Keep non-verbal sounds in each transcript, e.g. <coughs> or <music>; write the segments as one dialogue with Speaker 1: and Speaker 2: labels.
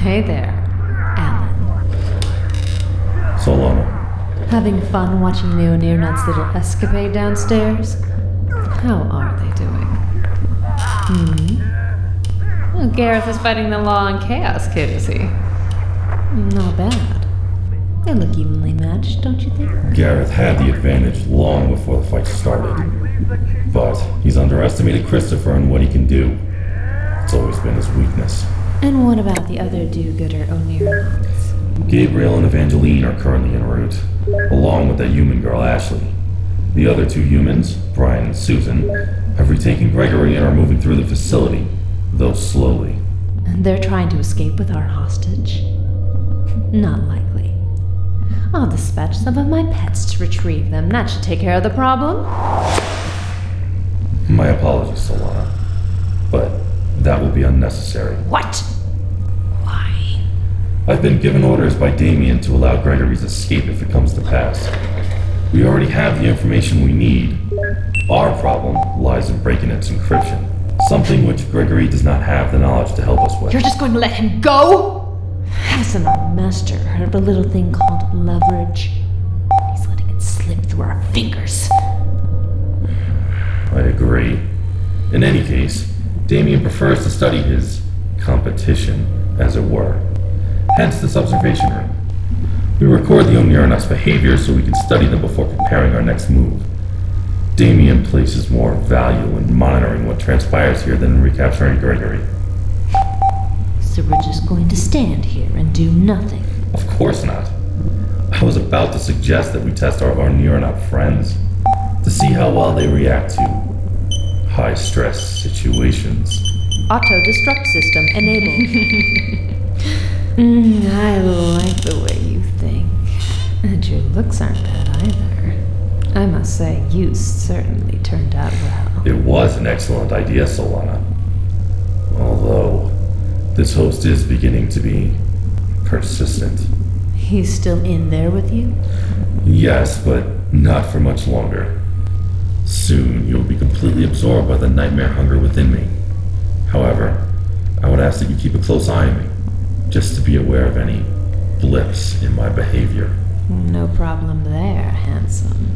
Speaker 1: Hey there, Alan.
Speaker 2: Solana.
Speaker 1: Having fun watching Leonir Nut's little escapade downstairs? How are they doing? Hmm? Well, Gareth is fighting the law and chaos, kid, is he? Not bad. They look evenly matched, don't you think?
Speaker 2: Gareth had the advantage long before the fight started. But he's underestimated Christopher and what he can do. It's always been his weakness.
Speaker 1: And what about the other do-gooder O'Neill?
Speaker 2: Gabriel and Evangeline are currently en route, along with that human girl Ashley. The other two humans, Brian and Susan, have retaken Gregory and are moving through the facility, though slowly.
Speaker 1: And they're trying to escape with our hostage? Not likely. I'll dispatch some of my pets to retrieve them. That should take care of the problem.
Speaker 2: My apologies, Solana. But that will be unnecessary.
Speaker 1: What? Why?
Speaker 2: I've been given orders by Damien to allow Gregory's escape if it comes to pass. We already have the information we need. Our problem lies in breaking its encryption, something which Gregory does not have the knowledge to help us with.
Speaker 1: You're just going to let him go? Hasn't our master heard of a little thing called leverage? He's letting it slip through our fingers.
Speaker 2: I agree. In any case, Damien prefers to study his competition, as it were. Hence this observation room. We record the Omniarnus behavior so we can study them before preparing our next move. Damien places more value in monitoring what transpires here than in recapturing Gregory.
Speaker 1: So we're just going to stand here and do nothing.
Speaker 2: Of course not. I was about to suggest that we test our Omniarnus friends to see how well they react to high stress situations.
Speaker 3: Auto destruct system enabled.
Speaker 1: <laughs> Mm, I like the way you think. And your looks aren't bad either. I must say, you certainly turned out well.
Speaker 2: It was an excellent idea, Solana. Although, this host is beginning to be persistent.
Speaker 1: He's still in there with you?
Speaker 2: Yes, but not for much longer. Soon, you will be completely absorbed by the nightmare hunger within me. However, I would ask that you keep a close eye on me, just to be aware of any blips in my behavior.
Speaker 1: No problem there, handsome.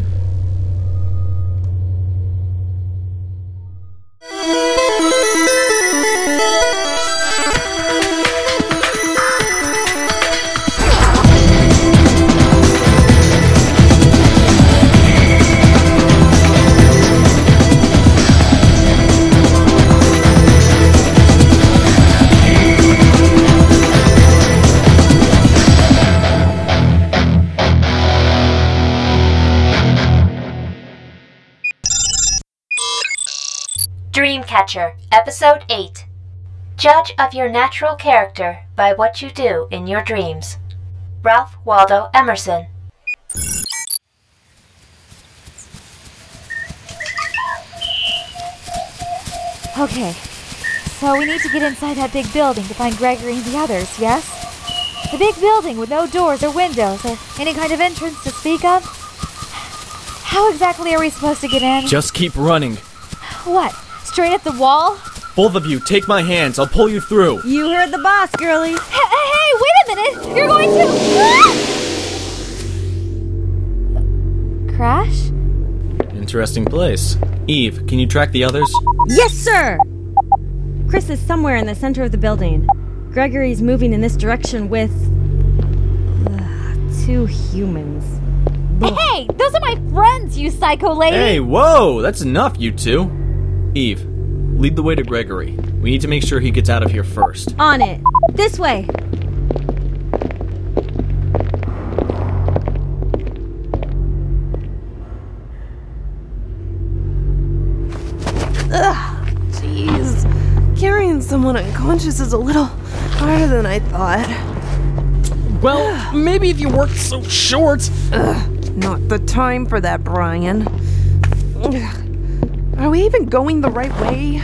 Speaker 4: Dreamcatcher, Episode 8 Judge of your natural character by what you do in your dreams. Ralph Waldo Emerson.
Speaker 5: Okay. So we need to get inside that big building to find Gregory and the others, yes? The big building with no doors or windows or any kind of entrance to speak of? How exactly are we supposed to get in?
Speaker 6: Just keep running.
Speaker 5: what? Straight at the wall?
Speaker 6: Both of you, take my hands. I'll pull you through.
Speaker 7: You heard the boss, girlie.
Speaker 5: Hey, hey, wait a minute! You're going to. Ah! Crash?
Speaker 6: Interesting place. Eve, can you track the others?
Speaker 7: Yes, sir! Chris is somewhere in the center of the building. Gregory's moving in this direction with. Ugh, two humans.
Speaker 5: Hey, those are my friends, you psycho lady!
Speaker 6: Hey, whoa! That's enough, you two. Eve, lead the way to Gregory. We need to make sure he gets out of here first.
Speaker 7: On it. This way.
Speaker 8: Jeez, carrying someone unconscious is a little harder than I thought.
Speaker 6: Well, maybe if you weren't so short.
Speaker 8: Not the time for that, Brian. Ugh. Are we even going the right way?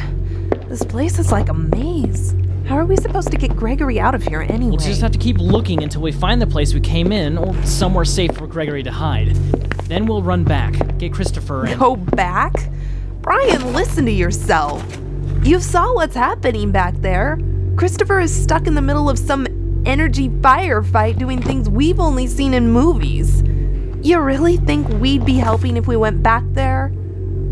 Speaker 8: This place is like a maze. How are we supposed to get Gregory out of here anyway?
Speaker 9: We'll just have to keep looking until we find the place we came in, or somewhere safe for Gregory to hide. Then we'll run back, get Christopher, and
Speaker 8: Go back? Brian, listen to yourself. You saw what's happening back there. Christopher is stuck in the middle of some energy firefight doing things we've only seen in movies. You really think we'd be helping if we went back there?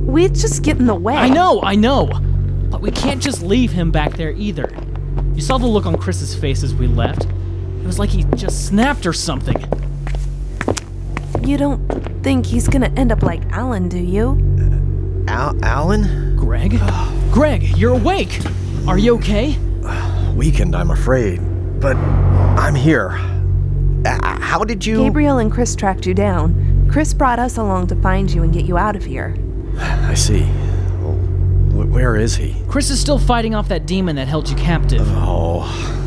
Speaker 8: We'd just get in the way.
Speaker 9: I know, I know. But we can't just leave him back there either. You saw the look on Chris's face as we left. It was like he just snapped or something.
Speaker 8: You don't think he's gonna end up like Alan, do you?
Speaker 10: Al- Alan? <sighs>
Speaker 9: Greg? Greg, you're awake! Are you okay?
Speaker 10: Weakened, I'm afraid. But I'm here. A- how did you.
Speaker 8: Gabriel and Chris tracked you down. Chris brought us along to find you and get you out of here.
Speaker 10: I see. Well, wh- Where is he?
Speaker 9: Chris is still fighting off that demon that held you captive.
Speaker 10: Oh,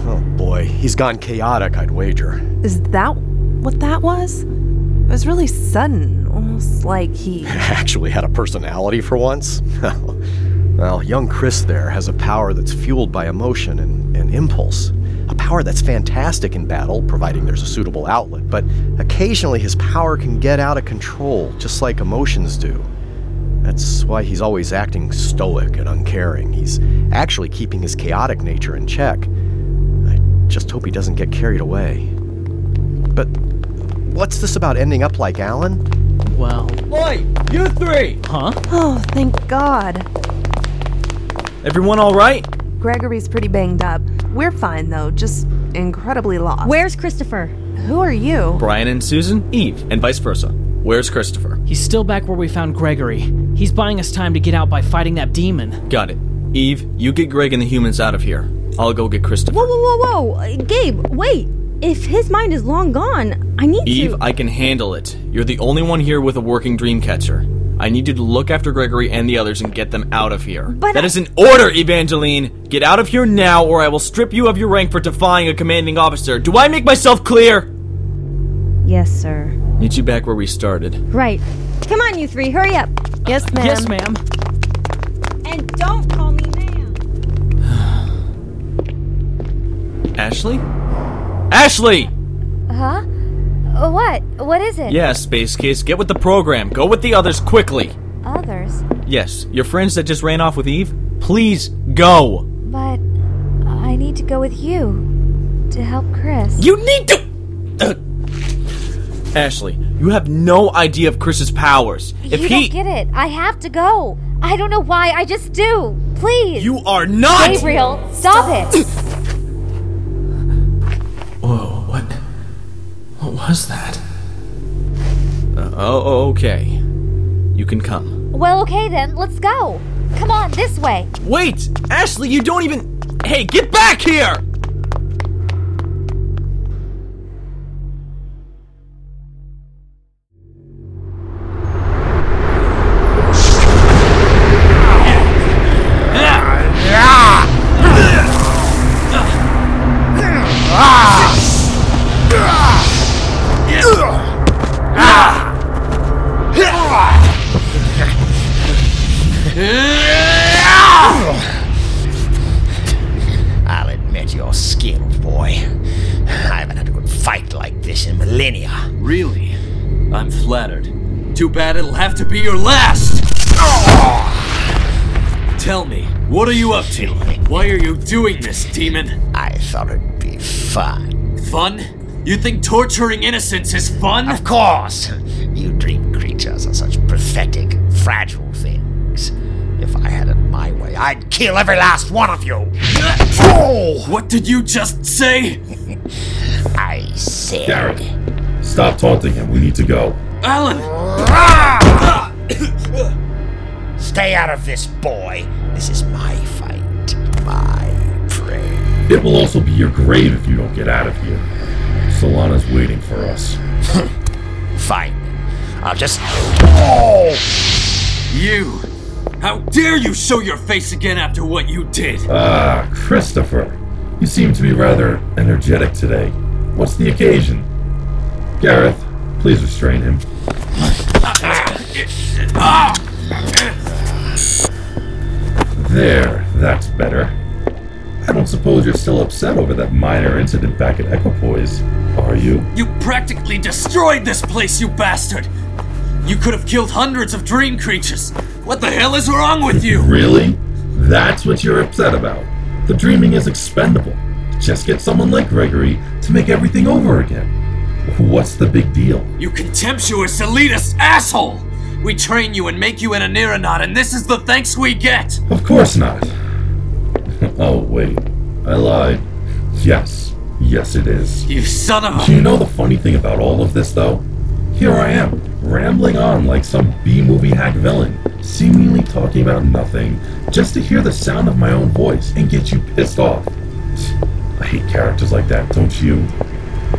Speaker 10: oh boy. He's gone chaotic, I'd wager.
Speaker 8: Is that what that was? It was really sudden, almost like he.
Speaker 10: <laughs> Actually, had a personality for once. <laughs> well, young Chris there has a power that's fueled by emotion and, and impulse. A power that's fantastic in battle, providing there's a suitable outlet, but occasionally his power can get out of control, just like emotions do. That's why he's always acting stoic and uncaring. He's actually keeping his chaotic nature in check. I just hope he doesn't get carried away. But what's this about ending up like Alan?
Speaker 9: Well,
Speaker 6: Oi, you three!
Speaker 9: huh?
Speaker 8: Oh, thank God.
Speaker 6: Everyone all right?
Speaker 8: Gregory's pretty banged up. We're fine though, just incredibly lost.
Speaker 7: Where's Christopher?
Speaker 8: Who are you?
Speaker 6: Brian and Susan, Eve, and vice versa. Where's Christopher?
Speaker 9: He's still back where we found Gregory. He's buying us time to get out by fighting that demon.
Speaker 6: Got it. Eve, you get Greg and the humans out of here. I'll go get Christopher.
Speaker 7: Whoa, whoa, whoa, whoa! Uh, Gabe, wait! If his mind is long gone, I need
Speaker 6: Eve,
Speaker 7: to.
Speaker 6: I can handle it. You're the only one here with a working dream catcher. I need you to look after Gregory and the others and get them out of here.
Speaker 7: But
Speaker 6: That
Speaker 7: I-
Speaker 6: is an order, Evangeline. Get out of here now, or I will strip you of your rank for defying a commanding officer. Do I make myself clear?
Speaker 7: Yes, sir.
Speaker 6: Meet you back where we started.
Speaker 7: Right. Come on, you three, hurry up!
Speaker 8: Yes, ma'am.
Speaker 9: Yes, ma'am.
Speaker 7: And don't call me ma'am!
Speaker 6: Ashley? Ashley!
Speaker 5: Huh? Uh, What? What is it?
Speaker 6: Yeah, Space Case, get with the program. Go with the others quickly.
Speaker 5: Others.
Speaker 6: Yes, your friends that just ran off with Eve? Please go!
Speaker 5: But I need to go with you to help Chris.
Speaker 6: You need to. Ashley, you have no idea of Chris's powers. If
Speaker 5: you
Speaker 6: he,
Speaker 5: don't get it. I have to go. I don't know why. I just do. Please.
Speaker 6: you are not.
Speaker 5: Gabriel, stop it.
Speaker 6: Whoa! What? What was that? Uh, oh, okay. You can
Speaker 5: <coughs>
Speaker 6: come.
Speaker 5: well, okay then. Let's go. Come on, this way.
Speaker 6: Wait, Ashley, you don't even. Hey, get back here!
Speaker 11: I'll admit you're skilled, boy. I haven't had a good fight like this in millennia.
Speaker 12: Really? I'm flattered. Too bad it'll have to be your last! Tell me, what are you up to? Why are you doing this, demon?
Speaker 11: I thought it'd be fun.
Speaker 12: Fun? You think torturing innocents is fun?
Speaker 11: Of course! You dream creatures are such pathetic, fragile things. If I had it my way, I'd kill every last one of you! Oh!
Speaker 12: What did you just say?
Speaker 11: I said.
Speaker 2: Garrett, stop taunting him. We need to go.
Speaker 12: Alan!
Speaker 11: Stay out of this, boy. This is my fight. My prey.
Speaker 2: It will also be your grave if you don't get out of here. Solana's waiting for us.
Speaker 11: <laughs> Fine. I'll just. Oh!
Speaker 12: You! How dare you show your face again after what you did?
Speaker 2: Ah, Christopher. You seem to be rather energetic today. What's the occasion? Gareth, please restrain him. There, that's better. I don't suppose you're still upset over that minor incident back at Equipoise, are you?
Speaker 12: You practically destroyed this place, you bastard! You could have killed hundreds of dream creatures! What the hell is wrong with you?
Speaker 2: Really? That's what you're upset about. The dreaming is expendable. Just get someone like Gregory to make everything over again. What's the big deal?
Speaker 12: You contemptuous elitist asshole! We train you and make you an anironaut, and this is the thanks we get!
Speaker 2: Of course not. <laughs> oh, wait. I lied. Yes. Yes, it is.
Speaker 12: You son of
Speaker 2: Do you know the funny thing about all of this, though? Here I am, rambling on like some B movie hack villain, seemingly talking about nothing, just to hear the sound of my own voice and get you pissed off. I hate characters like that, don't you?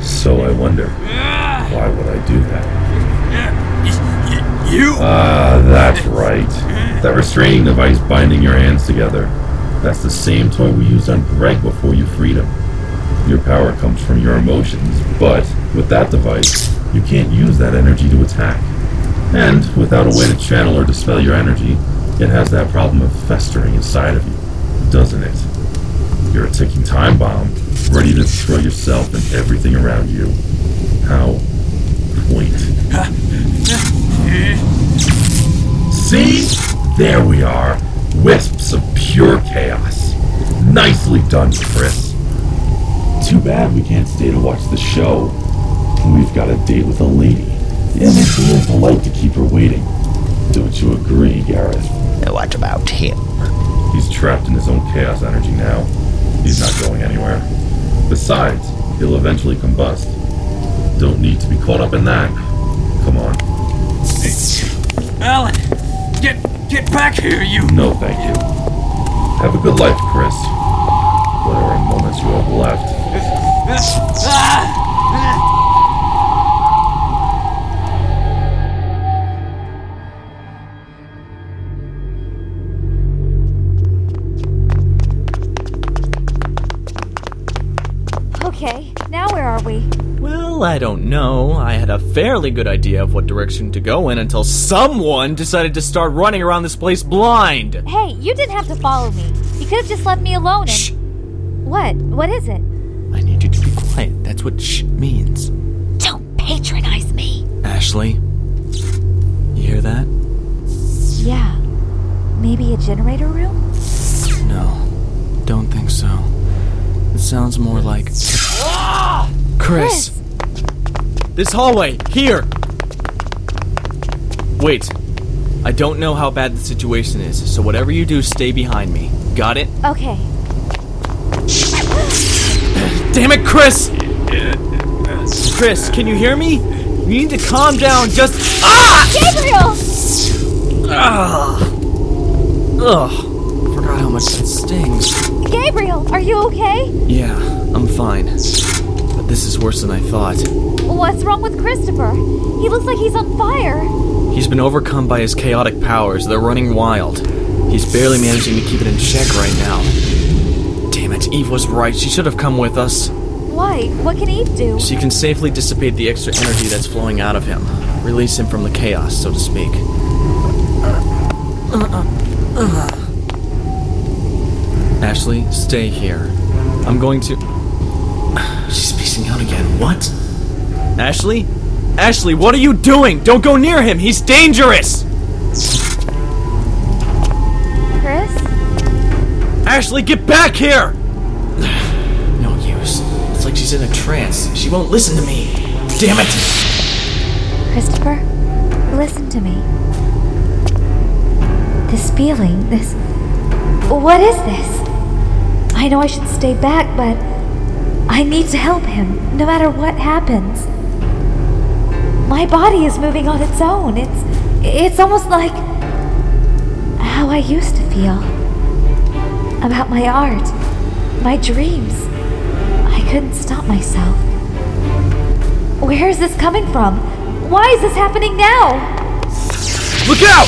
Speaker 2: So I wonder, why would I do that?
Speaker 12: You?
Speaker 2: Ah, that's right. That restraining device binding your hands together. That's the same toy we used on Greg before you freed him. Your power comes from your emotions, but with that device, you can't use that energy to attack. And without a way to channel or dispel your energy, it has that problem of festering inside of you, doesn't it? You're a ticking time bomb, ready to destroy yourself and everything around you. How quaint. See? There we are. Wisps of pure chaos. Nicely done, Chris. Too bad we can't stay to watch the show. We've got a date with a lady, and it feels polite to keep her waiting. Don't you agree, Gareth?
Speaker 11: What about him?
Speaker 2: He's trapped in his own chaos energy now. He's not going anywhere. Besides, he'll eventually combust. Don't need to be caught up in that. Come on.
Speaker 12: Alan! Get get back here, you!
Speaker 2: No, thank you. Have a good life, Chris. Whatever moments you have left.
Speaker 5: Okay, now where are we?
Speaker 6: Well, I don't know. I had a fairly good idea of what direction to go in until someone decided to start running around this place blind.
Speaker 5: Hey, you didn't have to follow me. You could have just left me alone and. What? What is it?
Speaker 6: I need you to be quiet. That's what shh means.
Speaker 5: Don't patronize me.
Speaker 6: Ashley, you hear that?
Speaker 5: Yeah. Maybe a generator room?
Speaker 6: No, don't think so. It sounds more like. Ah! Chris! This hallway, here! Wait. I don't know how bad the situation is, so whatever you do, stay behind me. Got it?
Speaker 5: Okay.
Speaker 6: Damn it, Chris! Chris, can you hear me? You need to calm down, just.
Speaker 5: Ah! Gabriel!
Speaker 6: Ugh! Ugh. Forgot how much that stings.
Speaker 5: Gabriel, are you okay?
Speaker 6: Yeah, I'm fine. But this is worse than I thought.
Speaker 5: What's wrong with Christopher? He looks like he's on fire.
Speaker 6: He's been overcome by his chaotic powers. They're running wild. He's barely managing to keep it in check right now. Damn it, Eve was right. She should have come with us.
Speaker 5: Why? What can Eve do?
Speaker 6: She can safely dissipate the extra energy that's flowing out of him, release him from the chaos, so to speak. Ashley, stay here. I'm going to. She's spacing out again. What? Ashley? Ashley, what are you doing? Don't go near him! He's dangerous!
Speaker 5: Chris?
Speaker 6: Ashley, get back here! <sighs> No use. It's like she's in a trance. She won't listen to me. Damn it!
Speaker 5: Christopher, listen to me. This feeling, this. What is this? I know I should stay back, but I need to help him, no matter what happens. My body is moving on its own. It's. It's almost like. how I used to feel. About my art, my dreams. I couldn't stop myself. Where is this coming from? Why is this happening now?
Speaker 6: Look out!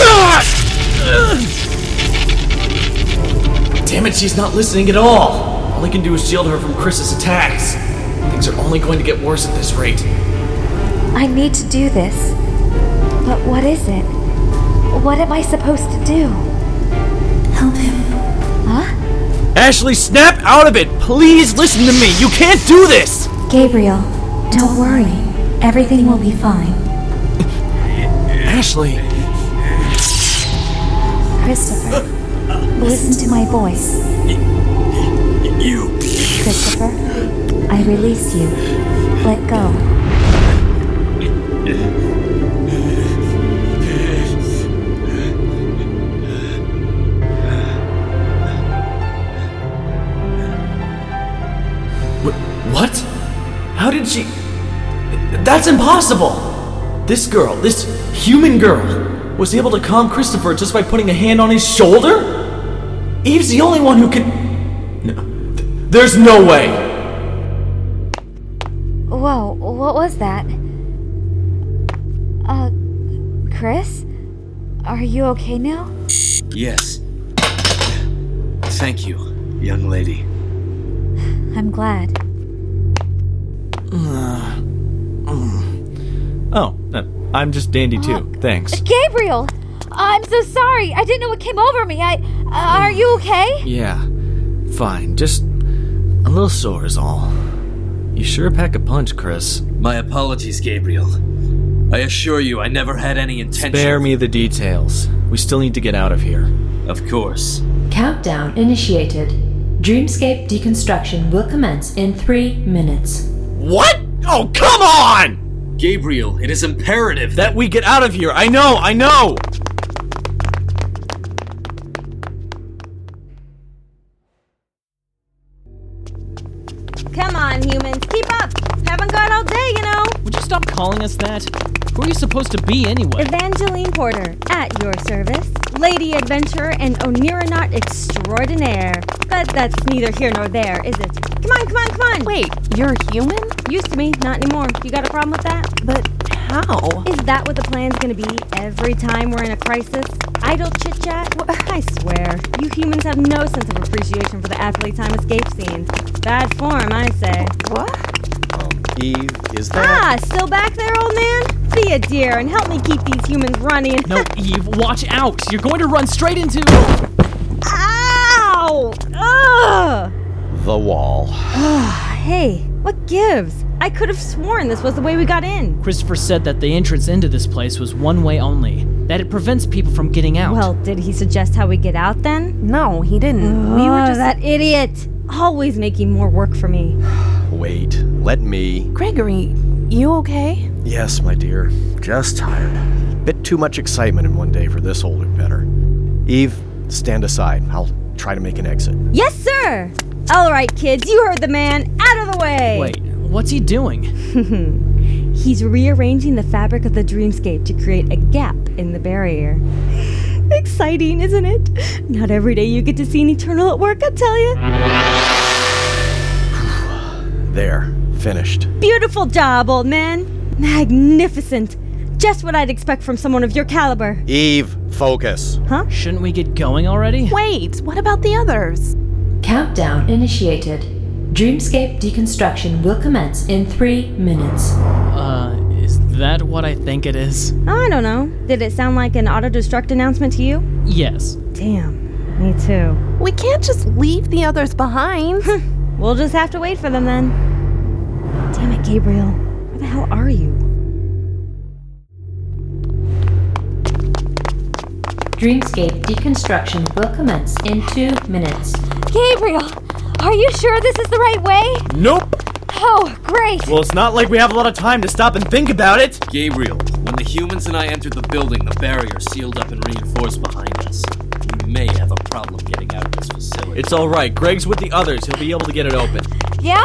Speaker 6: Ah! Damn it, she's not listening at all! All I can do is shield her from Chris's attacks. Things are only going to get worse at this rate.
Speaker 5: I need to do this. But what is it? What am I supposed to do? Help him. Huh?
Speaker 6: Ashley, snap out of it! Please listen to me! You can't do this!
Speaker 5: Gabriel, don't worry. Everything will be fine.
Speaker 6: Ashley!
Speaker 5: Christopher, listen to my voice.
Speaker 12: you!
Speaker 5: Christopher, I release you. Let go.
Speaker 6: What? How did she. That's impossible! This girl, this human girl, was able to calm Christopher just by putting a hand on his shoulder? Eve's the only one who can. No. th- There's no way!
Speaker 5: Whoa, what was that? Uh, Chris? Are you okay now?
Speaker 12: Yes. Thank you, young lady.
Speaker 5: I'm glad.
Speaker 6: Oh, uh, I'm just dandy too. Thanks.
Speaker 5: Gabriel! I'm so sorry. I didn't know what came over me. I. Uh, are you okay?
Speaker 6: Yeah, fine. Just a little sore is all. You sure pack a punch, Chris.
Speaker 12: My apologies, Gabriel. I assure you, I never had any intention.
Speaker 6: Spare me the details. We still need to get out of here.
Speaker 12: Of course.
Speaker 4: Countdown initiated. Dreamscape deconstruction will commence in three minutes.
Speaker 6: What? Oh, come on!
Speaker 12: Gabriel, it is imperative
Speaker 6: that we get out of here. I know, I know!
Speaker 7: Come on, humans, keep up! Haven't got all day, you know!
Speaker 9: Would you stop calling us that? Who are you supposed to be anyway?
Speaker 7: Evangeline Porter, at your service. Lady adventurer and Onironaut extraordinaire. But that's neither here nor there, is it? Come on, come on, come on! Wait,
Speaker 8: you're human?
Speaker 7: Used to be, not anymore. You got a problem with that?
Speaker 8: But how?
Speaker 7: Is that what the plan's gonna be every time we're in a crisis? Idle chit chat? Wha- I swear, you humans have no sense of appreciation for the athlete time escape scene. Bad form, I say.
Speaker 8: What?
Speaker 10: Eve, is that.
Speaker 7: Ah, still back there, old man? Be a dear and help me keep these humans running. <laughs>
Speaker 9: No, Eve, watch out! You're going to run straight into.
Speaker 7: Ow! Ugh! Ah,
Speaker 10: The wall.
Speaker 7: hey, what gives? I could have sworn this was the way we got in.
Speaker 9: Christopher said that the entrance into this place was one way only, that it prevents people from getting out.
Speaker 7: Well, did he suggest how we get out then?
Speaker 8: No, he didn't. we were
Speaker 7: Ugh,
Speaker 8: just
Speaker 7: that idiot. Always making more work for me.
Speaker 10: Wait, let me.
Speaker 8: Gregory, you okay?
Speaker 10: Yes, my dear. Just tired. Bit too much excitement in one day for this older better. Eve, stand aside. I'll try to make an exit.
Speaker 7: Yes, sir! All right, kids, you heard the man. Out of the way!
Speaker 9: Wait, what's he doing?
Speaker 7: <laughs> He's rearranging the fabric of the dreamscape to create a gap in the barrier. <sighs> Exciting, isn't it? Not every day you get to see an eternal at work, I tell you.
Speaker 10: <sighs> There, finished.
Speaker 7: Beautiful job, old man. Magnificent. Just what I'd expect from someone of your caliber.
Speaker 10: Eve, focus.
Speaker 9: Shouldn't we get going already?
Speaker 8: Wait, what about the others?
Speaker 4: Countdown initiated. Dreamscape deconstruction will commence in three minutes.
Speaker 9: Uh, is that what I think it is?
Speaker 7: I don't know. Did it sound like an auto destruct announcement to you?
Speaker 9: Yes.
Speaker 7: Damn, me too.
Speaker 8: We can't just leave the others behind.
Speaker 7: <laughs> We'll just have to wait for them then. Damn it, Gabriel. Where the hell are you?
Speaker 4: Dreamscape deconstruction will commence in two minutes.
Speaker 5: Gabriel, are you sure this is the right way?
Speaker 6: Nope!
Speaker 5: Oh, great!
Speaker 6: Well, it's not like we have a lot of time to stop and think about it!
Speaker 12: Gabriel, when the humans and I entered the building, the barrier sealed up and reinforced behind us. We may have a problem getting out of this facility.
Speaker 6: It's alright. Greg's with the others. He'll be able to get it open.
Speaker 5: Yeah?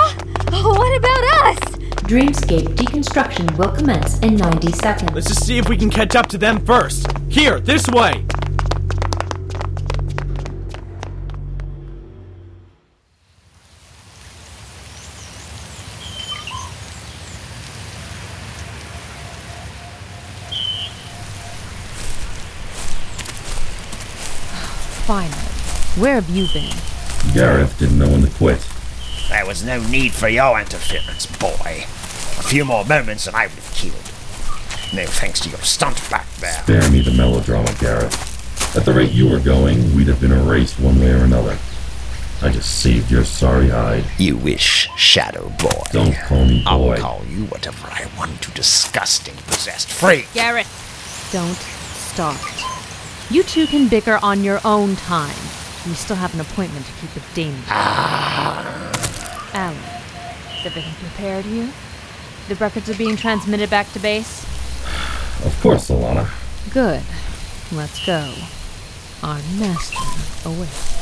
Speaker 5: Oh, what about us?
Speaker 4: Dreamscape deconstruction will commence in 90 seconds.
Speaker 6: Let's just see if we can catch up to them first. Here, this way!
Speaker 3: Finally. Where have you been?
Speaker 2: Gareth didn't know when to quit.
Speaker 11: There was no need for your interference, boy. A few more moments and I would have killed. No thanks to your stunt back there.
Speaker 2: Spare me the melodrama, Gareth. At the rate you were going, we'd have been erased one way or another. I just saved your sorry hide.
Speaker 11: You wish, Shadow Boy.
Speaker 2: Don't call me boy.
Speaker 11: I'll call you whatever I want to, disgusting possessed freak.
Speaker 3: Garrett! Don't start. You two can bicker on your own time. You still have an appointment to keep with Damien.
Speaker 10: Ah.
Speaker 3: Alan, is everything prepared here? The records are being transmitted back to base?
Speaker 2: Of course, Solana.
Speaker 3: Good. Let's go. Our master awaits.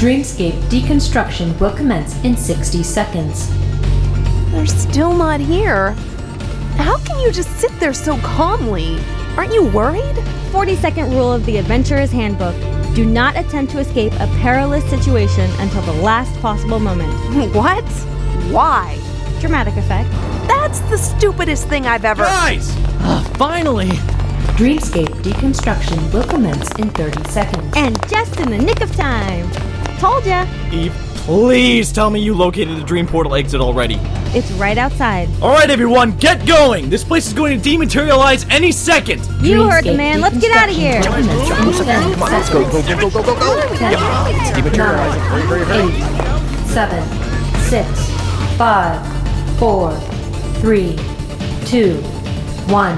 Speaker 1: Dreamscape deconstruction will commence in 60 seconds.
Speaker 8: They're still not here. How can you just sit there so calmly? Aren't you worried?
Speaker 7: 40 second rule of the Adventurer's Handbook Do not attempt to escape a perilous situation until the last possible moment.
Speaker 8: <laughs> What? Why?
Speaker 7: Dramatic effect.
Speaker 8: That's the stupidest thing I've ever.
Speaker 1: Guys!
Speaker 9: Finally!
Speaker 1: Dreamscape deconstruction will commence in 30 seconds.
Speaker 7: And just in the nick of time! Told ya!
Speaker 6: Eve, please tell me you located the dream portal exit already.
Speaker 7: It's right outside.
Speaker 6: Alright, everyone, get going! This place is going to dematerialize any second!
Speaker 7: You heard the man. Let's get out of here.
Speaker 10: Come on, let's go, go, go, go, go, go, go! Yeah, it's dematerializing. Hurry, hurry, hurry.
Speaker 1: Seven, six, five, four, three, two, one.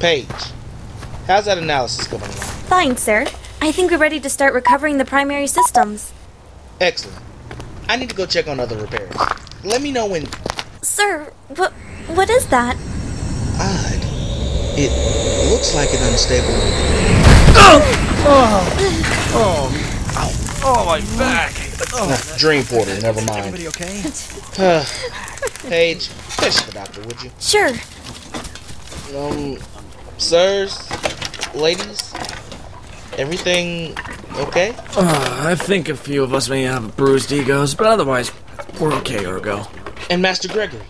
Speaker 13: Paige, how's that analysis going along?
Speaker 14: Fine, sir. I think we're ready to start recovering the primary systems.
Speaker 13: Excellent. I need to go check on other repairs. Let me know when.
Speaker 14: Sir, what what is that?
Speaker 13: It looks like an unstable.
Speaker 11: Oh, my back!
Speaker 10: Oh.
Speaker 13: Nah, dream portal, never mind.
Speaker 11: okay?
Speaker 13: Uh, <sighs> Paige, fetch the doctor, would you?
Speaker 14: Sure.
Speaker 13: Um, sirs, ladies, everything okay?
Speaker 6: Uh, I think a few of us may have bruised egos, but otherwise, we're okay, Ergo.
Speaker 13: And Master Gregory.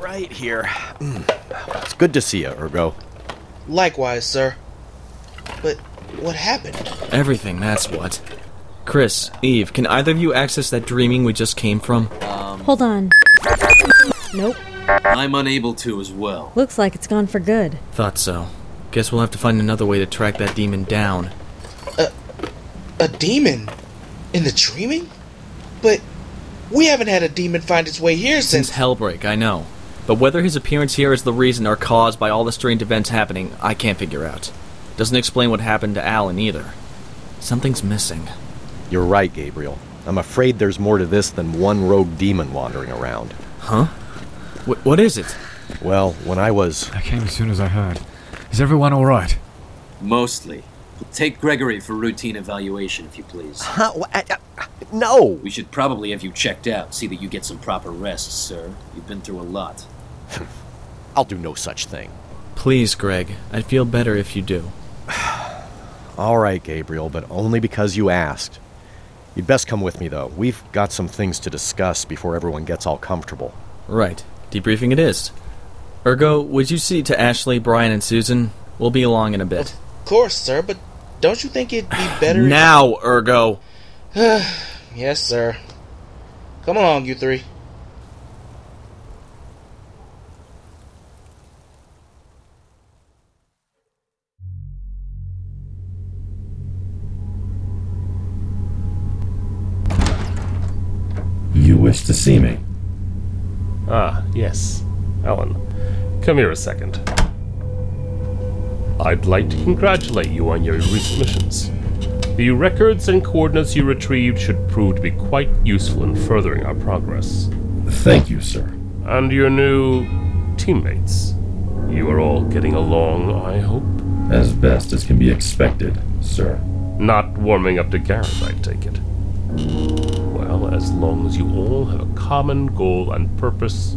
Speaker 10: Right here. It's good to see you, Ergo.
Speaker 13: Likewise, sir. But what happened?
Speaker 6: Everything, that's what. Chris, Eve, can either of you access that dreaming we just came from?
Speaker 7: Hold on. Nope.
Speaker 12: I'm unable to as well.
Speaker 7: Looks like it's gone for good.
Speaker 6: Thought so. Guess we'll have to find another way to track that demon down.
Speaker 13: A demon? In the dreaming? But we haven't had a demon find its way here since.
Speaker 6: Since Hellbreak, I know. But whether his appearance here is the reason or caused by all the strange events happening, I can't figure out. Doesn't explain what happened to Alan either. Something's missing.
Speaker 10: You're right, Gabriel. I'm afraid there's more to this than one rogue demon wandering around.
Speaker 6: Huh? Wh- what is it?
Speaker 10: Well, when I was.
Speaker 15: I came as soon as I heard. Is everyone alright?
Speaker 12: Mostly. Take Gregory for routine evaluation, if you please.
Speaker 10: uh, no!
Speaker 12: We should probably have you checked out. See that you get some proper rest, sir. You've been through a lot.
Speaker 10: <laughs> I'll do no such thing.
Speaker 6: Please, Greg. I'd feel better if you do.
Speaker 10: <sighs> All right, Gabriel, but only because you asked. You'd best come with me, though. We've got some things to discuss before everyone gets all comfortable.
Speaker 6: Right. Debriefing it is. Ergo, would you see to Ashley, Brian, and Susan? We'll be along in a bit.
Speaker 13: Of course, sir, but don't you think it'd be better. if-
Speaker 6: Now, Ergo!
Speaker 13: <sighs> yes, sir. Come along, you three.
Speaker 2: You wish to see me.
Speaker 16: Ah, yes. Alan, come here a second. I'd like to congratulate you on your recent missions. The records and coordinates you retrieved should prove to be quite useful in furthering our progress.
Speaker 2: Thank you, sir.
Speaker 16: And your new teammates. You are all getting along, I hope.
Speaker 2: As best as can be expected, sir.
Speaker 16: Not warming up to Gareth, I take it. Well, as long as you all have a common goal and purpose,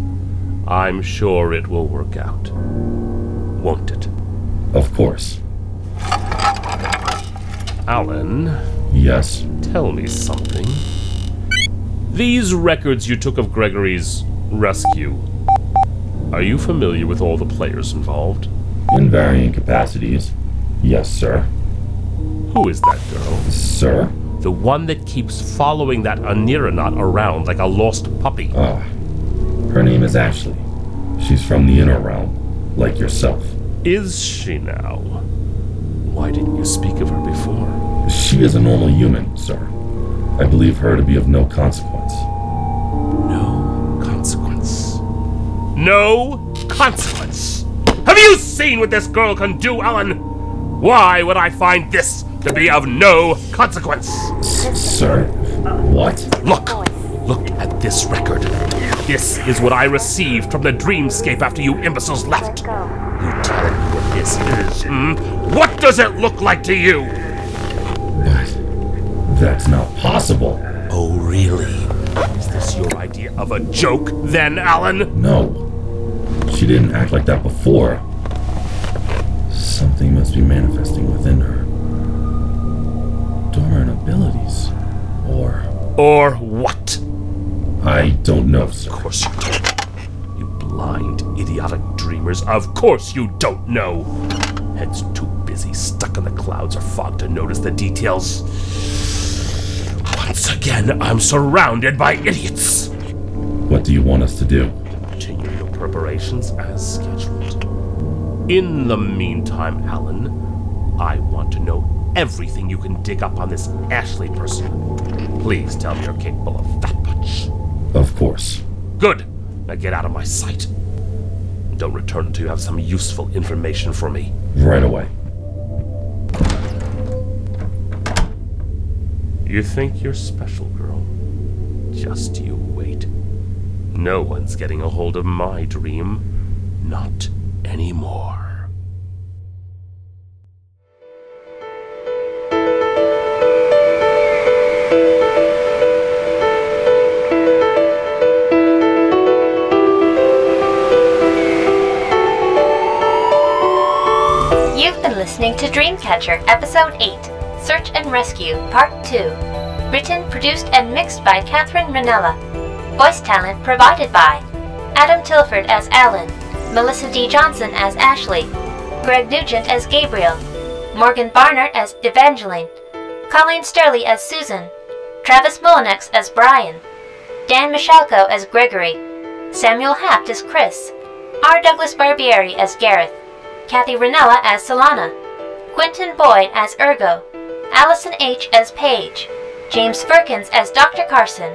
Speaker 16: I'm sure it will work out. Won't it?
Speaker 2: Of course.
Speaker 16: Alan?
Speaker 2: Yes.
Speaker 16: Tell me something. These records you took of Gregory's rescue. Are you familiar with all the players involved?
Speaker 2: In varying capacities. Yes, sir.
Speaker 16: Who is that girl?
Speaker 2: Sir?
Speaker 16: The one that keeps following that Aniranaut around like a lost puppy.
Speaker 2: Ah. Her name is Ashley. She's from the inner realm, like yourself.
Speaker 16: Is she now? Why didn't you speak of her before?
Speaker 2: She is a normal human, sir. I believe her to be of no consequence.
Speaker 16: No consequence. No consequence. Have you seen what this girl can do, Alan? Why would I find this to be of no consequence?
Speaker 2: Sir? What?
Speaker 16: Look! Look at this record. This is what I received from the dreamscape after you imbeciles left. You tell me what this is, hmm? What does it look like to you?
Speaker 2: That's not possible.
Speaker 16: Oh, really? Is this your idea of a joke, then, Alan?
Speaker 2: No. She didn't act like that before. Something must be manifesting within her. Dormant abilities. Or.
Speaker 16: Or what?
Speaker 2: I don't know, sir.
Speaker 16: Of course you don't. You blind, idiotic dreamers. Of course you don't know. Heads too busy, stuck in the clouds or fog to notice the details. Once again, I'm surrounded by idiots.
Speaker 2: What do you want us to do?
Speaker 16: Continue your preparations as scheduled. In the meantime, Alan, I want to know everything you can dig up on this Ashley person. Please tell me you're capable of that much.
Speaker 2: Of course.
Speaker 16: Good. Now get out of my sight. Don't return until you have some useful information for me.
Speaker 2: Right away.
Speaker 16: You think you're special, girl? Just you wait. No one's getting a hold of my dream. Not anymore.
Speaker 4: You've been listening to Dreamcatcher, Episode 8 Search and Rescue, Part 2. Written, produced, and mixed by Catherine Ranella. Voice talent provided by Adam Tilford as Alan, Melissa D. Johnson as Ashley, Greg Nugent as Gabriel, Morgan Barnard as Evangeline, Colleen Sturley as Susan, Travis Mullinex as Brian, Dan Michalko as Gregory, Samuel Hapt as Chris, R. Douglas Barbieri as Gareth. Kathy Ranella as Solana, Quentin Boyd as Ergo, Allison H. as Paige, James Firkins as Dr. Carson,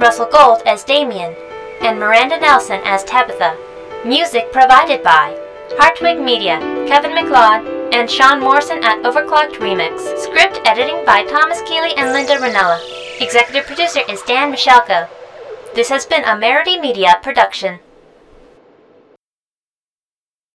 Speaker 4: Russell Gold as Damien, and Miranda Nelson as Tabitha. Music provided by Hartwig Media, Kevin McLeod, and Sean Morrison at Overclocked Remix. Script editing by Thomas Keeley and Linda Ranella. Executive producer is Dan Michalko. This has been a Merity Media production.